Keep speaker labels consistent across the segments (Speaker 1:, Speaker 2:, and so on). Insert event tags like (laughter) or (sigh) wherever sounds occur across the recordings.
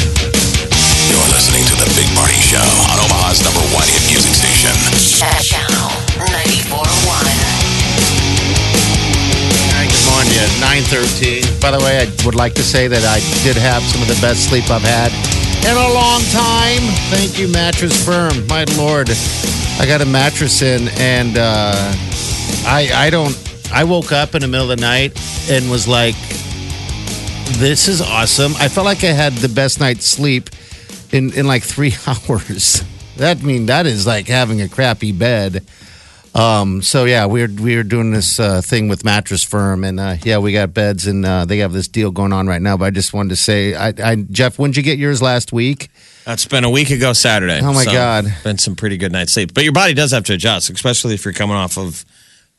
Speaker 1: You're listening to The Big Party Show on Omaha's number one hit music station.
Speaker 2: Channel 94.1.
Speaker 3: All right, good morning. Yeah, 913. By the way, I would like to say that I did have some of the best sleep I've had in a long time. Thank you, Mattress Firm. My Lord. I got a mattress in and uh, I, I don't, I woke up in the middle of the night and was like, this is awesome. I felt like I had the best night's sleep in, in like three (laughs) hours. That mean that is like having a crappy bed. Um, so yeah, we're we're doing this uh, thing with Mattress Firm, and uh, yeah, we got beds, and uh, they have this deal going on right now. But I just wanted to say, I, I Jeff, when did you get yours last week?
Speaker 4: That's been a week ago Saturday.
Speaker 3: Oh, my God.
Speaker 4: Been some pretty good night's sleep. But your body does have to adjust, especially if you're coming off of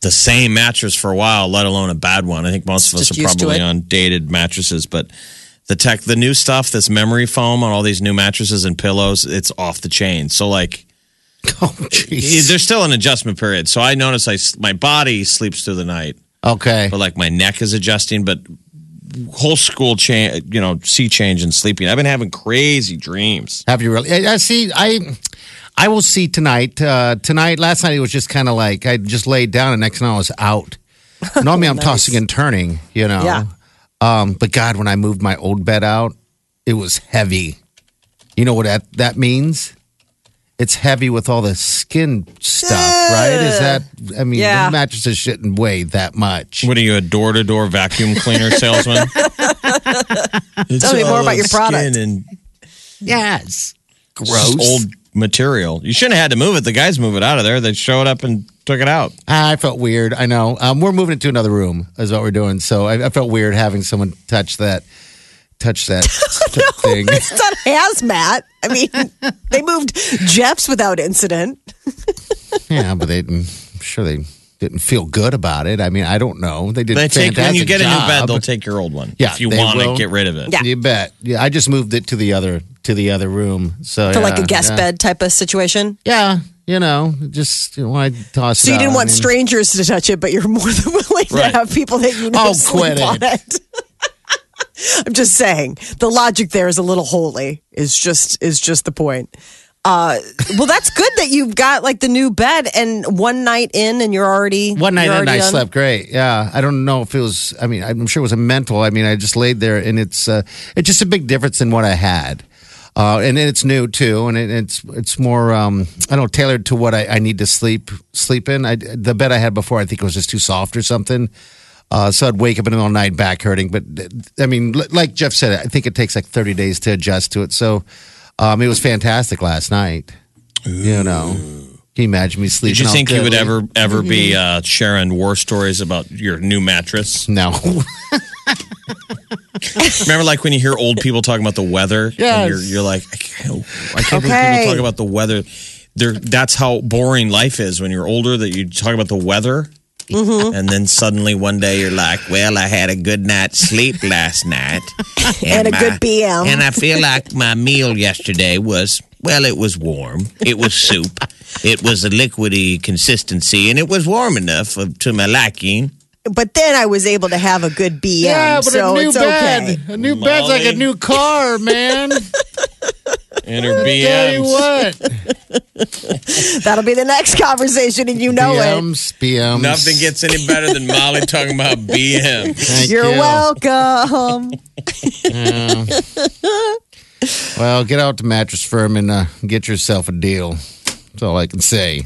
Speaker 4: the same mattress for a while, let alone a bad one. I think most of us
Speaker 5: Just
Speaker 4: are
Speaker 5: used to
Speaker 4: probably
Speaker 5: it.
Speaker 4: on dated mattresses, but the tech the new stuff, this memory foam on all these new mattresses and pillows, it's off the chain. So like
Speaker 3: Oh, jeez.
Speaker 4: there's still an adjustment period. So I notice I s- my body sleeps through the night,
Speaker 3: (laughs) Okay,
Speaker 4: but like my neck is adjusting, but whole school change, you know, sea change in sleeping. I've been having crazy dreams.
Speaker 3: have you really? I, I see. I I will see tonight. Uh, tonight, last night it was just kind of like I just laid down, and next night I was
Speaker 5: (laughs)
Speaker 3: out. Normally I'm tossing and turning, you know.
Speaker 5: Yeah.
Speaker 3: Um, but God, when I moved my old bed out, it was heavy. You know what that that means? It's heavy with all the skin stuff, right? Is that? I mean,
Speaker 5: Yeah.
Speaker 3: the mattresses shouldn't weigh that much.
Speaker 4: What are you, a door to door vacuum
Speaker 5: (laughs)
Speaker 4: cleaner salesman?
Speaker 5: Tell me more about your product.
Speaker 4: and
Speaker 3: Yes.
Speaker 4: just
Speaker 3: Gross.
Speaker 4: old material. You shouldn't have had to move it. The guys move it out of there. They showed up and took it out.
Speaker 3: I felt weird. I know. Um, we're moving it to another room. Is what we're doing. So I, I felt weird having someone touch that, touch
Speaker 5: (laughs)
Speaker 3: that thing.
Speaker 5: It's not hazmat. I mean, they moved Jeff's without incident.
Speaker 3: yeah, but they didn't. I'm sure they didn't feel good about it. I mean, I don't know. They did.
Speaker 4: They take when you
Speaker 3: fantastic
Speaker 4: get a new bed,
Speaker 3: job.
Speaker 4: they'll take your old one.
Speaker 3: Yeah,
Speaker 4: if you
Speaker 3: they
Speaker 4: want to
Speaker 3: will.
Speaker 4: get rid of it.
Speaker 5: Yeah.
Speaker 3: You bet. Yeah, I just moved it to the other to the other room. So
Speaker 5: For
Speaker 3: yeah,
Speaker 5: like a guest
Speaker 3: yeah.
Speaker 5: bed type of situation.
Speaker 3: Yeah, you know, just you know, I toss.
Speaker 5: So
Speaker 3: it
Speaker 5: you
Speaker 3: out.
Speaker 5: didn't
Speaker 3: I
Speaker 5: want
Speaker 3: mean-
Speaker 5: strangers to touch it, but you're more than (laughs) willing
Speaker 4: Right.
Speaker 5: to have people that you know
Speaker 3: Oh, quit
Speaker 5: sleep
Speaker 3: it.
Speaker 5: on it. (laughs) I'm just saying the logic there is a little holy. Is just is just the point. Uh, well, that's good that you've got like the new bed and one night in, and you're already
Speaker 3: One night
Speaker 5: you're
Speaker 3: and I
Speaker 5: already on-
Speaker 3: slept great. Yeah, I don't know if it was. I mean, I'm sure it was a mental. I mean, I just laid there, and it's uh, it's just a big difference in what I had, uh, and it's new too, and it, it's it's more um, I don't know, tailored to what I, I need to sleep sleep in. I, the bed I had before, I think it was just too soft or something. Uh, so I'd wake up in the middle of the night back hurting. But th- I mean, li- like Jeff said, I think it takes like 30 days to adjust to it. So um, it was fantastic last night. You know, can you imagine me sleeping?
Speaker 4: Did you
Speaker 3: all
Speaker 4: think you would
Speaker 3: good?
Speaker 4: ever ever be
Speaker 5: Mm-hmm.
Speaker 4: uh, sharing war stories about your new mattress?
Speaker 3: No. (laughs)
Speaker 4: Remember, like when you hear old people talking about the weather,
Speaker 3: Yes.
Speaker 4: and you're, you're like, I can't, I can't believe
Speaker 5: Okay.
Speaker 4: people talk about the weather. They're, that's how boring life is when you're older. That you talk about the weather,
Speaker 5: Mm-hmm.
Speaker 4: and then suddenly one day you're like, "Well, I had a good night's sleep last
Speaker 5: (laughs)
Speaker 4: night,
Speaker 5: And a good PM.
Speaker 4: and I feel like my meal yesterday was well, it was warm. It was soup. It was a liquidy consistency, and it was warm enough of, to my liking."
Speaker 5: But then I was able to have a good BM,
Speaker 3: Yeah, but
Speaker 5: so
Speaker 3: a new
Speaker 5: it's
Speaker 3: bed.
Speaker 5: okay.
Speaker 3: A new bed's like a
Speaker 4: Molly.
Speaker 3: new car,
Speaker 4: (laughs)
Speaker 3: man.
Speaker 4: And her
Speaker 3: Tell you
Speaker 4: BMs.
Speaker 3: what.
Speaker 5: That'll be the next conversation, and you know it.
Speaker 3: BMs, BMs. (laughs)
Speaker 4: Nothing gets any better than Molly talking about BM.
Speaker 3: Thank
Speaker 5: You're
Speaker 3: you.
Speaker 5: welcome. (laughs)
Speaker 3: Well, get out to Mattress Firm and uh, get yourself a deal. That's all I can say.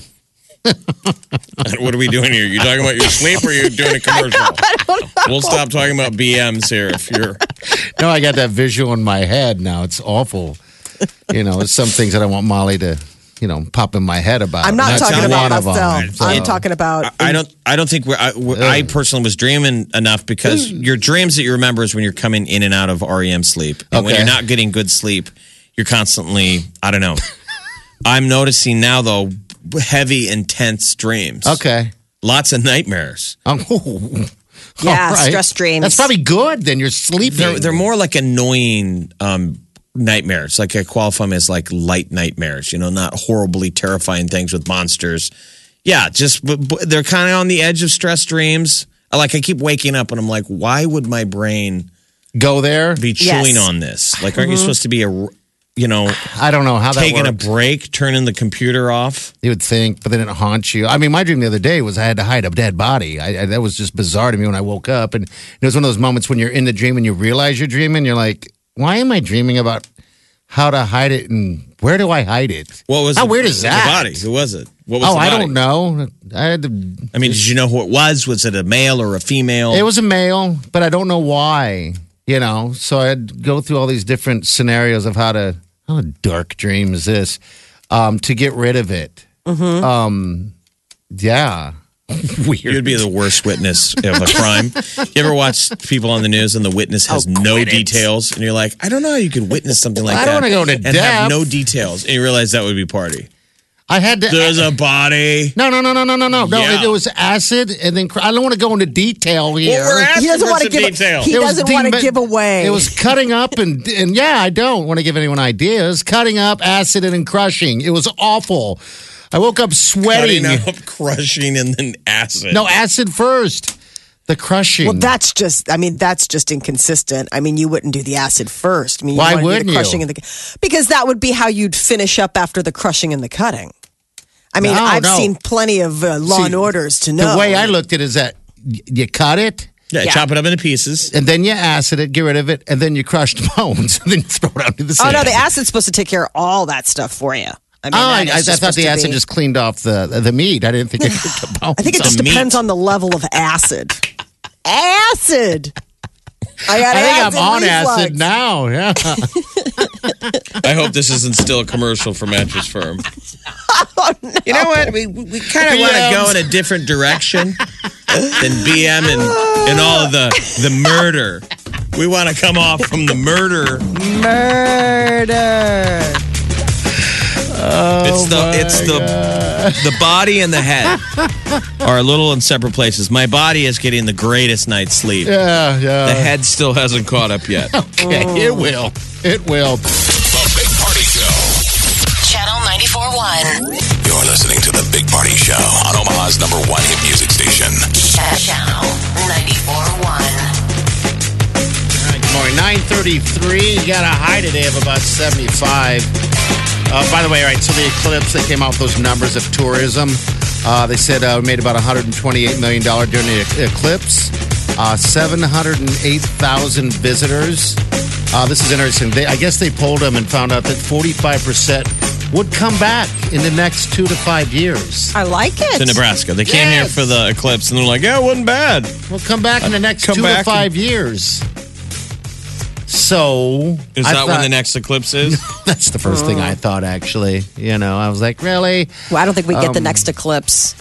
Speaker 4: What are we doing here? You talking about your sleep or you're doing a commercial? We'll stop talking about BMs here if you're
Speaker 3: No, I got that visual in my head now. It's awful. You know, it's some things that I want Molly to you know, popping my head about.
Speaker 5: I'm not
Speaker 3: That's
Speaker 5: talking about
Speaker 3: one of 'em.
Speaker 5: myself.
Speaker 3: So-
Speaker 5: I'm talking about.
Speaker 4: I, I don't. I don't think we're, I, we I personally was dreaming enough because
Speaker 3: Mm.
Speaker 4: your dreams that you remember is when you're coming in and out of REM sleep, and when
Speaker 3: Okay.
Speaker 4: you're not getting good sleep, you're constantly. I don't know. I'm noticing now though heavy, intense dreams.
Speaker 3: Okay.
Speaker 4: lots of nightmares.
Speaker 3: Um, (laughs)
Speaker 5: Yeah,
Speaker 3: all right.
Speaker 5: stress dreams.
Speaker 3: That's probably good. Then you're sleeping.
Speaker 4: They're they're more like annoying um, nightmares. Like I qualify them as like light nightmares. You know, not horribly terrifying things with monsters. Yeah, just but, but they're kind of on the edge of stress dreams. I- Like I keep waking up and I'm like, why would my brain
Speaker 3: go there.
Speaker 4: be
Speaker 5: Yes.
Speaker 4: chewing on this? Like,
Speaker 3: Mm-hmm.
Speaker 4: aren't you supposed to be a, you know,
Speaker 3: I don't know how that
Speaker 4: taking a
Speaker 3: works.
Speaker 4: break, turning the computer off?
Speaker 3: you would think, but then it haunts you. I mean, my dream the other day was I had to hide a dead body. I, I, that was just bizarre to me when I woke up, and it was one of those moments when you're in the dream and you realize you're dreaming. You're like, why am I dreaming about how to hide it and where do I hide it?
Speaker 4: What was
Speaker 3: how
Speaker 4: the-
Speaker 3: weird is
Speaker 4: the
Speaker 3: that?
Speaker 4: body? Who was it? What was
Speaker 3: Oh,
Speaker 4: the
Speaker 3: I
Speaker 4: body?
Speaker 3: don't know. I had to
Speaker 4: I mean, did you know who it was? Was it a male or a female?
Speaker 3: It was a male, but I don't know why. You know, so I'd go through all these different scenarios of how to how a dark dream is this um, to get rid of it. Um, yeah, (laughs) weird.
Speaker 4: Mm-hmm. You'd be the worst witness of a crime. you ever watch people on the news and the witness has no details, and you're like, I don't know how you could witness something like
Speaker 3: Oh, I
Speaker 4: that.
Speaker 3: don't wanna go to
Speaker 4: and have
Speaker 3: depth.
Speaker 4: no details, and you realize that would be party.
Speaker 3: I had to.
Speaker 4: There's a body.
Speaker 3: no, no, no, no, no, no, no. No,
Speaker 4: Yeah.
Speaker 3: it, it was acid, and then cr- I don't want to go into detail here.
Speaker 4: Well, we're asking
Speaker 5: he doesn't
Speaker 4: for
Speaker 5: want to
Speaker 4: some
Speaker 5: give.
Speaker 4: detail.
Speaker 5: He
Speaker 3: It was
Speaker 5: doesn't want to
Speaker 3: deme-
Speaker 5: give away.
Speaker 3: It was cutting up and and yeah, I don't want to give anyone ideas. Cutting up, acid, and crushing. It was awful. I woke up sweating.
Speaker 4: Cutting up, crushing, and then acid.
Speaker 3: No, acid first. The crushing.
Speaker 5: Well, that's just. I mean, that's just inconsistent. I mean, you wouldn't do the acid first. I mean, you
Speaker 3: Why
Speaker 5: wanna do
Speaker 3: wouldn't
Speaker 5: the
Speaker 3: you?
Speaker 5: crushing And the, because that would be how you'd finish up after the crushing and the cutting. I mean,
Speaker 3: No,
Speaker 5: I've
Speaker 3: no.
Speaker 5: seen plenty of uh, Law
Speaker 3: See,
Speaker 5: and Orders to know
Speaker 3: The way I looked at it is that y- you cut it
Speaker 4: yeah, chop it up into pieces.
Speaker 3: and then you acid it, get rid of it, and then you crush the (laughs) bones and then you throw it out to the
Speaker 5: Oh
Speaker 3: sand.
Speaker 5: no, the acid's supposed to take care of all that stuff for you. I mean,
Speaker 3: Oh, I,
Speaker 5: that
Speaker 3: I, I
Speaker 5: is just
Speaker 3: thought
Speaker 5: supposed
Speaker 3: the
Speaker 5: to
Speaker 3: acid
Speaker 5: be-
Speaker 3: just cleaned off the, the meat. I didn't
Speaker 5: (laughs)
Speaker 3: think it took the bones.
Speaker 5: I think it just
Speaker 4: meat.
Speaker 5: depends on the level of acid. acid. I got
Speaker 3: I think
Speaker 5: acid
Speaker 3: I'm on
Speaker 5: reflux.
Speaker 3: acid now. (laughs) Yeah.
Speaker 4: I hope this isn't still a commercial for Mattress Firm. You know what? We, we
Speaker 3: (laughs)
Speaker 4: kind of want to go in a different direction than BM and, and all of the, the murder. We want to come off from the murder.
Speaker 5: Murder.
Speaker 4: It's
Speaker 3: Oh
Speaker 4: the it's the the body and the head are little in separate places. My body is getting the greatest night's sleep.
Speaker 3: yeah,
Speaker 4: The
Speaker 3: yeah.
Speaker 4: head still hasn't caught up
Speaker 3: (laughs)
Speaker 4: yet.
Speaker 3: Okay, it will. It will.
Speaker 1: The Big Party Show.
Speaker 2: Channel 94.1.
Speaker 1: You're listening to The Big Party Show on Omaha's number one hit music station.
Speaker 2: Channel 94.1.
Speaker 3: All right, good morning. 933. You got a high today of about 75. Uh, by the way, all right, so the eclipse, they came out with those numbers of tourism. Uh, they said uh, we made about $128 million during the e- eclipse, uh, 708,000 visitors. Uh, this is interesting. They, I guess they polled them and found out that 45% would come back in the next two to five years.
Speaker 5: I like it.
Speaker 4: To Nebraska, they came here
Speaker 3: Yes.
Speaker 4: for the eclipse, and they're like, "Yeah, it wasn't bad."
Speaker 3: We'll come back in the next
Speaker 4: Come
Speaker 3: two to
Speaker 4: back
Speaker 3: five years. So
Speaker 4: Is
Speaker 3: I
Speaker 4: that when
Speaker 3: thought-
Speaker 4: the next eclipse is?
Speaker 3: (laughs) That's the first thing
Speaker 5: Uh-huh.
Speaker 3: I thought, actually. You know, I was like, really?
Speaker 5: Well, I don't think we get the next eclipse.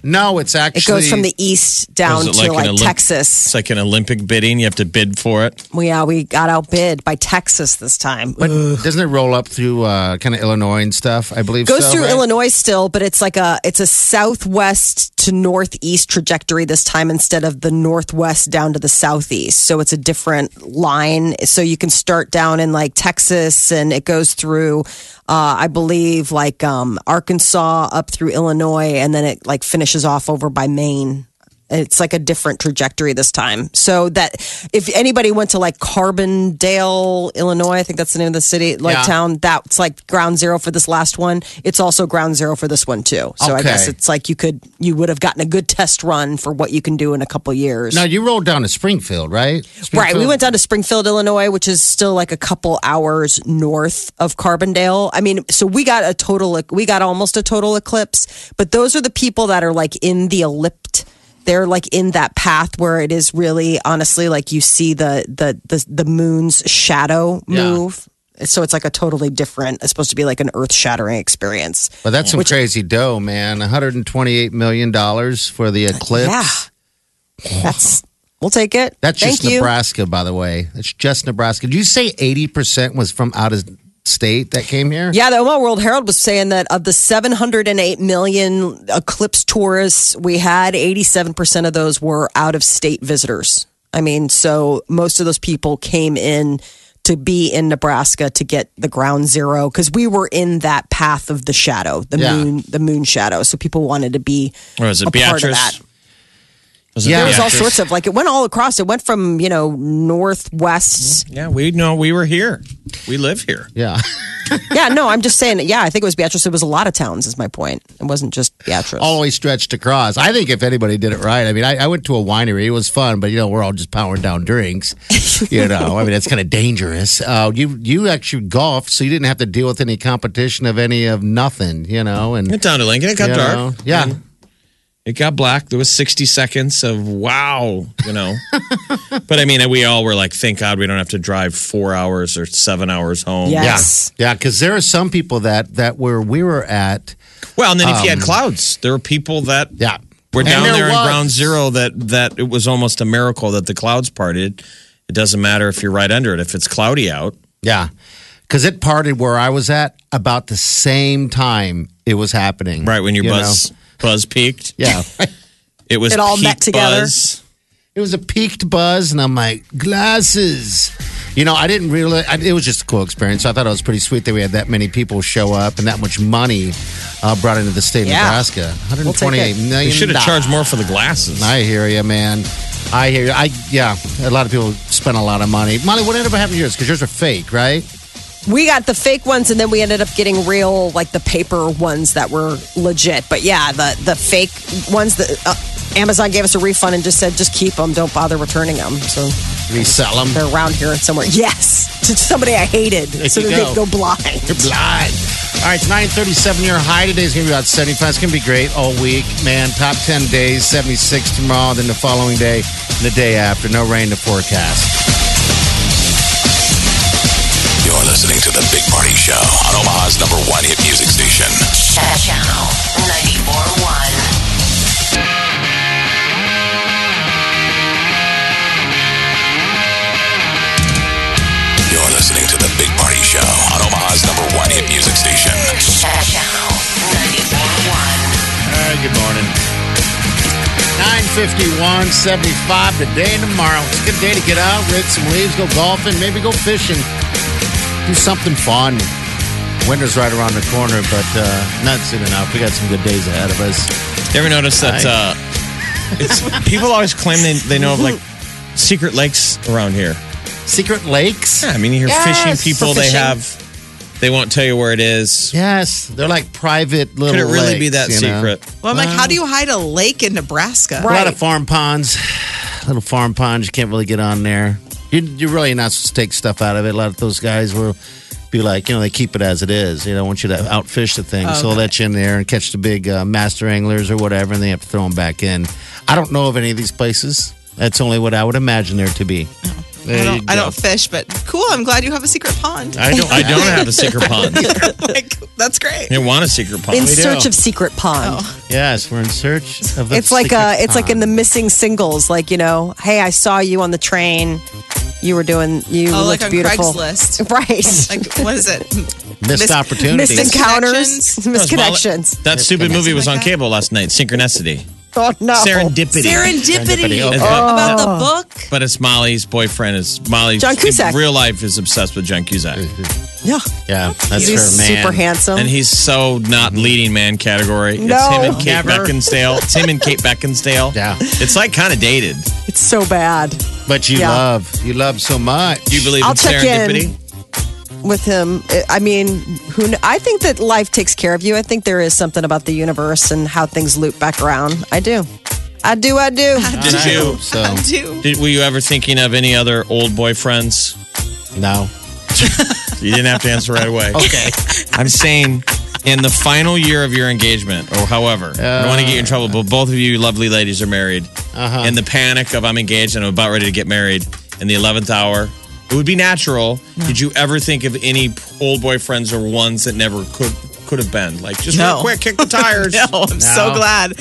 Speaker 3: No, it's Um, actually.
Speaker 5: It goes from the east down
Speaker 4: Is
Speaker 5: to
Speaker 4: it
Speaker 5: like,
Speaker 4: an Olymp-
Speaker 5: Texas.
Speaker 4: It's like an Olympic bidding. You have to bid for it.
Speaker 5: Well, yeah, we got outbid by Texas this time.
Speaker 3: But doesn't it roll up through uh, kind of Illinois and stuff? I believe
Speaker 5: goes
Speaker 3: so,
Speaker 5: through
Speaker 3: right?
Speaker 5: Illinois still, but it's like a it's a southwest to northeast trajectory this time instead of the northwest down to the southeast. So it's a different line. So you can start down in like Texas, and it goes through, uh, I believe, like um, Arkansas up through Illinois, and then it like finishes off over by Maine. It's like a different trajectory this time. So that if anybody went to like Carbondale, Illinois, I think that's the name of the city, like
Speaker 3: Yeah.
Speaker 5: town, that's like ground zero for this last one. It's also ground zero for this one too. So I
Speaker 3: Okay.
Speaker 5: guess it's like you could you would have gotten a good test run for what you can do in a couple years.
Speaker 3: No, you rolled down to Springfield, right?
Speaker 5: Right, we
Speaker 3: Springfield?
Speaker 5: went down to Springfield, Illinois, which is still like a couple hours north of Carbondale. I mean, so we got a total, we got almost a total eclipse, but those are the people that are like in the ellipt. They're like in that path where it is really, honestly, like you see the the the, the moon's shadow
Speaker 3: Yeah.
Speaker 5: move. So it's like a totally different. It's supposed to be like an earth shattering experience.
Speaker 3: But that's some crazy dough, man. $128 million for the Eclipse.
Speaker 5: Yeah, that's we'll take it.
Speaker 3: That's
Speaker 5: Thank
Speaker 3: just
Speaker 5: you.
Speaker 3: Nebraska, by the way. That's just Nebraska. Did you say 80% was from out of state that came here?
Speaker 5: Yeah, the Omaha World Herald was saying that of the 708 million eclipse tourists we had, 87% of those were out of state visitors. I mean, so most of those people came in to be in Nebraska to get the ground zero because we were in that path of the shadow, the
Speaker 3: Yeah.
Speaker 5: moon, the moon shadow. So people wanted to be
Speaker 4: Or was it
Speaker 5: a part of
Speaker 4: Beatrice?
Speaker 5: that.
Speaker 4: Was it
Speaker 3: Yeah.
Speaker 5: There was all
Speaker 4: Beatrice?
Speaker 5: sorts of like it went all across. It went from you know northwest.
Speaker 4: Yeah, we know we were here. We live here.
Speaker 3: Yeah. (laughs)
Speaker 5: yeah, no, I'm just saying. Yeah, I think it was Beatrice. It was a lot of towns. Is my point. It wasn't just Beatrice.
Speaker 3: all the way stretched across. I think if anybody did it right, I mean, I, I went to a winery. It was fun, but you know, we're all just powering down drinks. You know, I mean, it's kind of dangerous. Uh, you you actually golfed, so you didn't have to deal with any competition of any of nothing. You know, and
Speaker 4: Went down to Lincoln. It got
Speaker 3: you
Speaker 4: dark.
Speaker 3: know, yeah,
Speaker 4: It got black. There was 60 seconds of wow, you
Speaker 3: (laughs)
Speaker 4: know. but I mean, we all were like, thank God we don't have to drive four hours or seven hours home.
Speaker 5: Yeah.
Speaker 3: yeah,
Speaker 5: Yes.
Speaker 3: yeah. Because there are some people that that where we were at,
Speaker 4: Well, and then if you had clouds, there were people that
Speaker 3: Um, yeah,
Speaker 4: were
Speaker 3: And
Speaker 4: down there, in
Speaker 3: was.
Speaker 4: ground zero that, that it was almost a miracle that the clouds parted. It doesn't matter if you're right under it. If it's cloudy out,
Speaker 3: Yeah. Because it parted where I was at about the same time it was happening.
Speaker 4: right when your
Speaker 3: you
Speaker 4: buzz
Speaker 3: know?
Speaker 4: buzz peaked,
Speaker 3: Yeah.
Speaker 4: it was
Speaker 5: It all
Speaker 4: peak
Speaker 5: met together.
Speaker 4: buzz.
Speaker 3: it was a peaked buzz, and I'm like, glasses. You know, I didn't realize I, it was just a cool experience. I thought it was pretty sweet that we had that many people show up and that much money uh, brought into the state of
Speaker 5: Yeah.
Speaker 3: Nebraska.
Speaker 5: We'll take it.
Speaker 3: $128 million.
Speaker 4: You should have charged more for the glasses.
Speaker 3: I hear you, man. I hear you. I yeah. A lot of people spent a lot of money. Molly, what ended up happening to yours? Because yours are fake, right?
Speaker 5: We got the fake ones, and then we ended up getting real, like the paper ones that were legit. But yeah, the the fake ones that uh, Amazon gave us a refund and just said, just keep them, don't bother returning them. So
Speaker 3: Resell them.
Speaker 5: they're around here somewhere. (laughs) Yes, to somebody I hated, so
Speaker 3: you
Speaker 5: that they'd
Speaker 3: go.
Speaker 5: go blind.
Speaker 3: You're blind. All right, it's 937 your high. Today's going to be about 75. It's going to be great all week, man. Top 10 days, 76 tomorrow, then the following day, and the day after. No rain to forecast.
Speaker 1: You're listening to the Big Party Show on Omaha's number one hit music station.
Speaker 2: Channel 94.1.
Speaker 1: You're listening to the Big Party Show on Omaha's number one hit music station.
Speaker 2: Channel 94.1.
Speaker 3: All right, good morning. 951, 75 today and tomorrow. It's a good day to get out, rake some leaves, go golfing, maybe go fishing. Do something fun. Winter's right around the corner, but uh, not soon enough. We got some good days ahead of us.
Speaker 4: You ever notice that uh, it's, people always claim they, they know of like secret lakes around here?
Speaker 3: Secret lakes?
Speaker 4: Yeah, I mean, you hear
Speaker 3: Yes,
Speaker 4: fishing people,
Speaker 3: for
Speaker 4: they
Speaker 3: fishing.
Speaker 4: have, they won't tell you where it is.
Speaker 3: Yes, they're like private little.
Speaker 4: Could it really be that
Speaker 3: lakes, you know?
Speaker 4: secret?
Speaker 6: Well, (laughs) I'm like, how do you hide a lake in Nebraska?
Speaker 3: A lot of farm ponds, (sighs) little farm ponds. You can't really get on there. You, you're really not supposed to take stuff out of it. A lot of those guys will be like, you know, they keep it as it is. They don't want you to outfish the
Speaker 5: Oh,
Speaker 3: thing, so they'll let you in there and catch the big uh, master anglers or whatever, and they have to throw them back in. I don't know of any of these places. That's only what I would imagine there to be. There
Speaker 6: I
Speaker 3: you
Speaker 6: don't, I
Speaker 3: go.
Speaker 6: don't fish, but cool. I'm glad you have a secret pond.
Speaker 4: I don't. I don't have a secret pond. I
Speaker 6: (laughs) like, that's great.
Speaker 4: didn't want a secret pond.
Speaker 5: in
Speaker 3: do.
Speaker 5: search of secret pond.
Speaker 6: Oh.
Speaker 3: Yes, we're in search of. The
Speaker 5: It's like
Speaker 3: secret
Speaker 5: uh, it's like in
Speaker 3: pond.
Speaker 5: the missing singles, like you know, hey, I saw you on the train. You were doing. You
Speaker 6: Oh,
Speaker 5: looked
Speaker 6: like on
Speaker 5: beautiful. (laughs)
Speaker 6: Craigslist.
Speaker 5: right?
Speaker 6: Like, what is it?
Speaker 3: missed
Speaker 6: miss-
Speaker 3: opportunities.
Speaker 5: missed encounters,
Speaker 6: Misconnections.
Speaker 4: That was my-
Speaker 5: misconnections.
Speaker 4: That stupid movie was on
Speaker 6: Like that?
Speaker 4: cable last night. Synchronicity,
Speaker 5: Oh no!
Speaker 4: serendipity.
Speaker 6: Serendipity.
Speaker 3: Serendipity.
Speaker 5: (laughs)
Speaker 4: It's
Speaker 6: How
Speaker 4: about-
Speaker 6: About the book.
Speaker 4: But it's Molly's boyfriend. Is Molly
Speaker 5: John Cusack.
Speaker 4: In real life is obsessed with John Cusack,
Speaker 5: Yeah,
Speaker 3: Yeah, that's
Speaker 5: he's
Speaker 3: her man.
Speaker 5: super handsome.
Speaker 4: and he's so not leading man category.
Speaker 5: No.
Speaker 4: It's him and Kate
Speaker 3: Never.
Speaker 4: Beckinsdale. It's him and Kate Beckinsdale.
Speaker 3: Yeah.
Speaker 4: it's like kind of dated.
Speaker 5: it's so bad
Speaker 3: But you
Speaker 5: Yeah.
Speaker 3: love, you love so much.
Speaker 4: Do you believe
Speaker 5: I'll
Speaker 4: in
Speaker 5: check in.
Speaker 4: serendipity?
Speaker 5: with him. I- I mean, who? kn- I think that life takes care of you. I think there is something about the universe and how things loop back around. I do. I do. I do.
Speaker 4: Did you?
Speaker 3: So
Speaker 6: I
Speaker 4: (laughs)
Speaker 6: do.
Speaker 4: Did, were you ever thinking of any other old boyfriends?
Speaker 3: no.
Speaker 4: You didn't have to answer
Speaker 3: (laughs)
Speaker 4: right away.
Speaker 3: Okay.
Speaker 4: I'm saying in the final year of your engagement, or however, I don't want to get you in trouble, but both of you lovely ladies are married. In the panic of I'm engaged and I'm about ready to get married, in the 11th hour, It would be natural. Did you ever think of any old boyfriends or ones that never could could have been? Like just
Speaker 6: No.
Speaker 4: real quick, kick the tires.
Speaker 6: (laughs) No, I'm so
Speaker 3: No.
Speaker 6: glad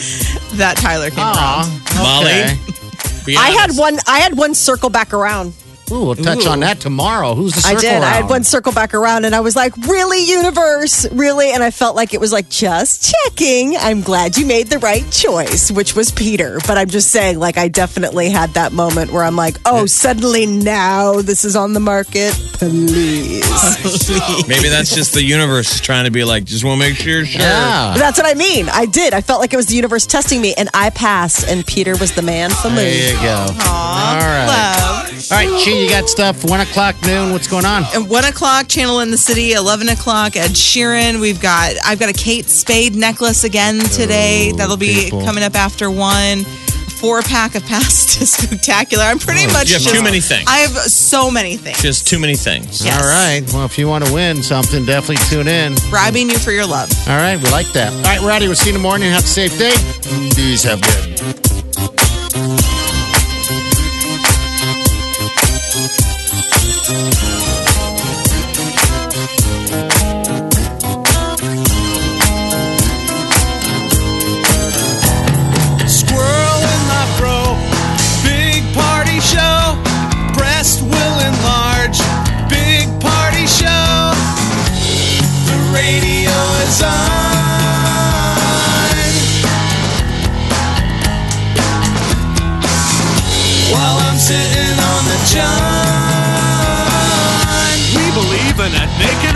Speaker 6: that Tyler came
Speaker 4: Oh.
Speaker 6: around.
Speaker 4: Molly,
Speaker 3: okay.
Speaker 4: be
Speaker 5: I had
Speaker 4: honest.
Speaker 5: one. (laughs) I had one circle back around.
Speaker 3: Ooh, we'll touch on that tomorrow. Who's the
Speaker 5: I
Speaker 3: circle
Speaker 5: did. I had
Speaker 3: round?
Speaker 5: one circle back around, and I was like, "Really, universe, really?" And I felt like it was like just checking. I'm glad you made the right choice, which was Peter. But I'm just saying, like, I definitely had that moment where I'm like, "Oh, suddenly now this is on the market,
Speaker 4: (laughs)
Speaker 5: please."
Speaker 4: Maybe that's just the universe is trying to be like, just want to make sure you're sure.
Speaker 3: Yeah.
Speaker 5: That's what I mean. I did. I felt like it was the universe testing me, and I passed, and Peter was the man for
Speaker 3: There
Speaker 5: me.
Speaker 3: you go. All right.
Speaker 6: Love.
Speaker 3: All right, Chi, you got stuff. One o'clock noon. What's going on?
Speaker 5: Oh,
Speaker 6: At Um, one o'clock, Channel in the City. Eleven o'clock, Ed Sheeran. We've got I've got a Kate Spade necklace again today. That'll be
Speaker 3: people.
Speaker 6: coming up after one. Four pack of pasta (laughs) spectacular. I'm pretty much
Speaker 4: Oh, You have
Speaker 6: just-
Speaker 4: too many things.
Speaker 6: I have so many things.
Speaker 4: Just too many things.
Speaker 6: Yes.
Speaker 3: All right. Well, if you want to win something, definitely tune in.
Speaker 6: bribing you for your love.
Speaker 3: All right, we like that. All right, we're out of here. We'll see you in the morning. Have a safe day. These have good.
Speaker 7: Squirrel in my fro. Big party show. Breast will enlarge. Big party show. The radio is on. While I'm sitting on the john. We believe in a naked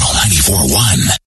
Speaker 1: Channel 941.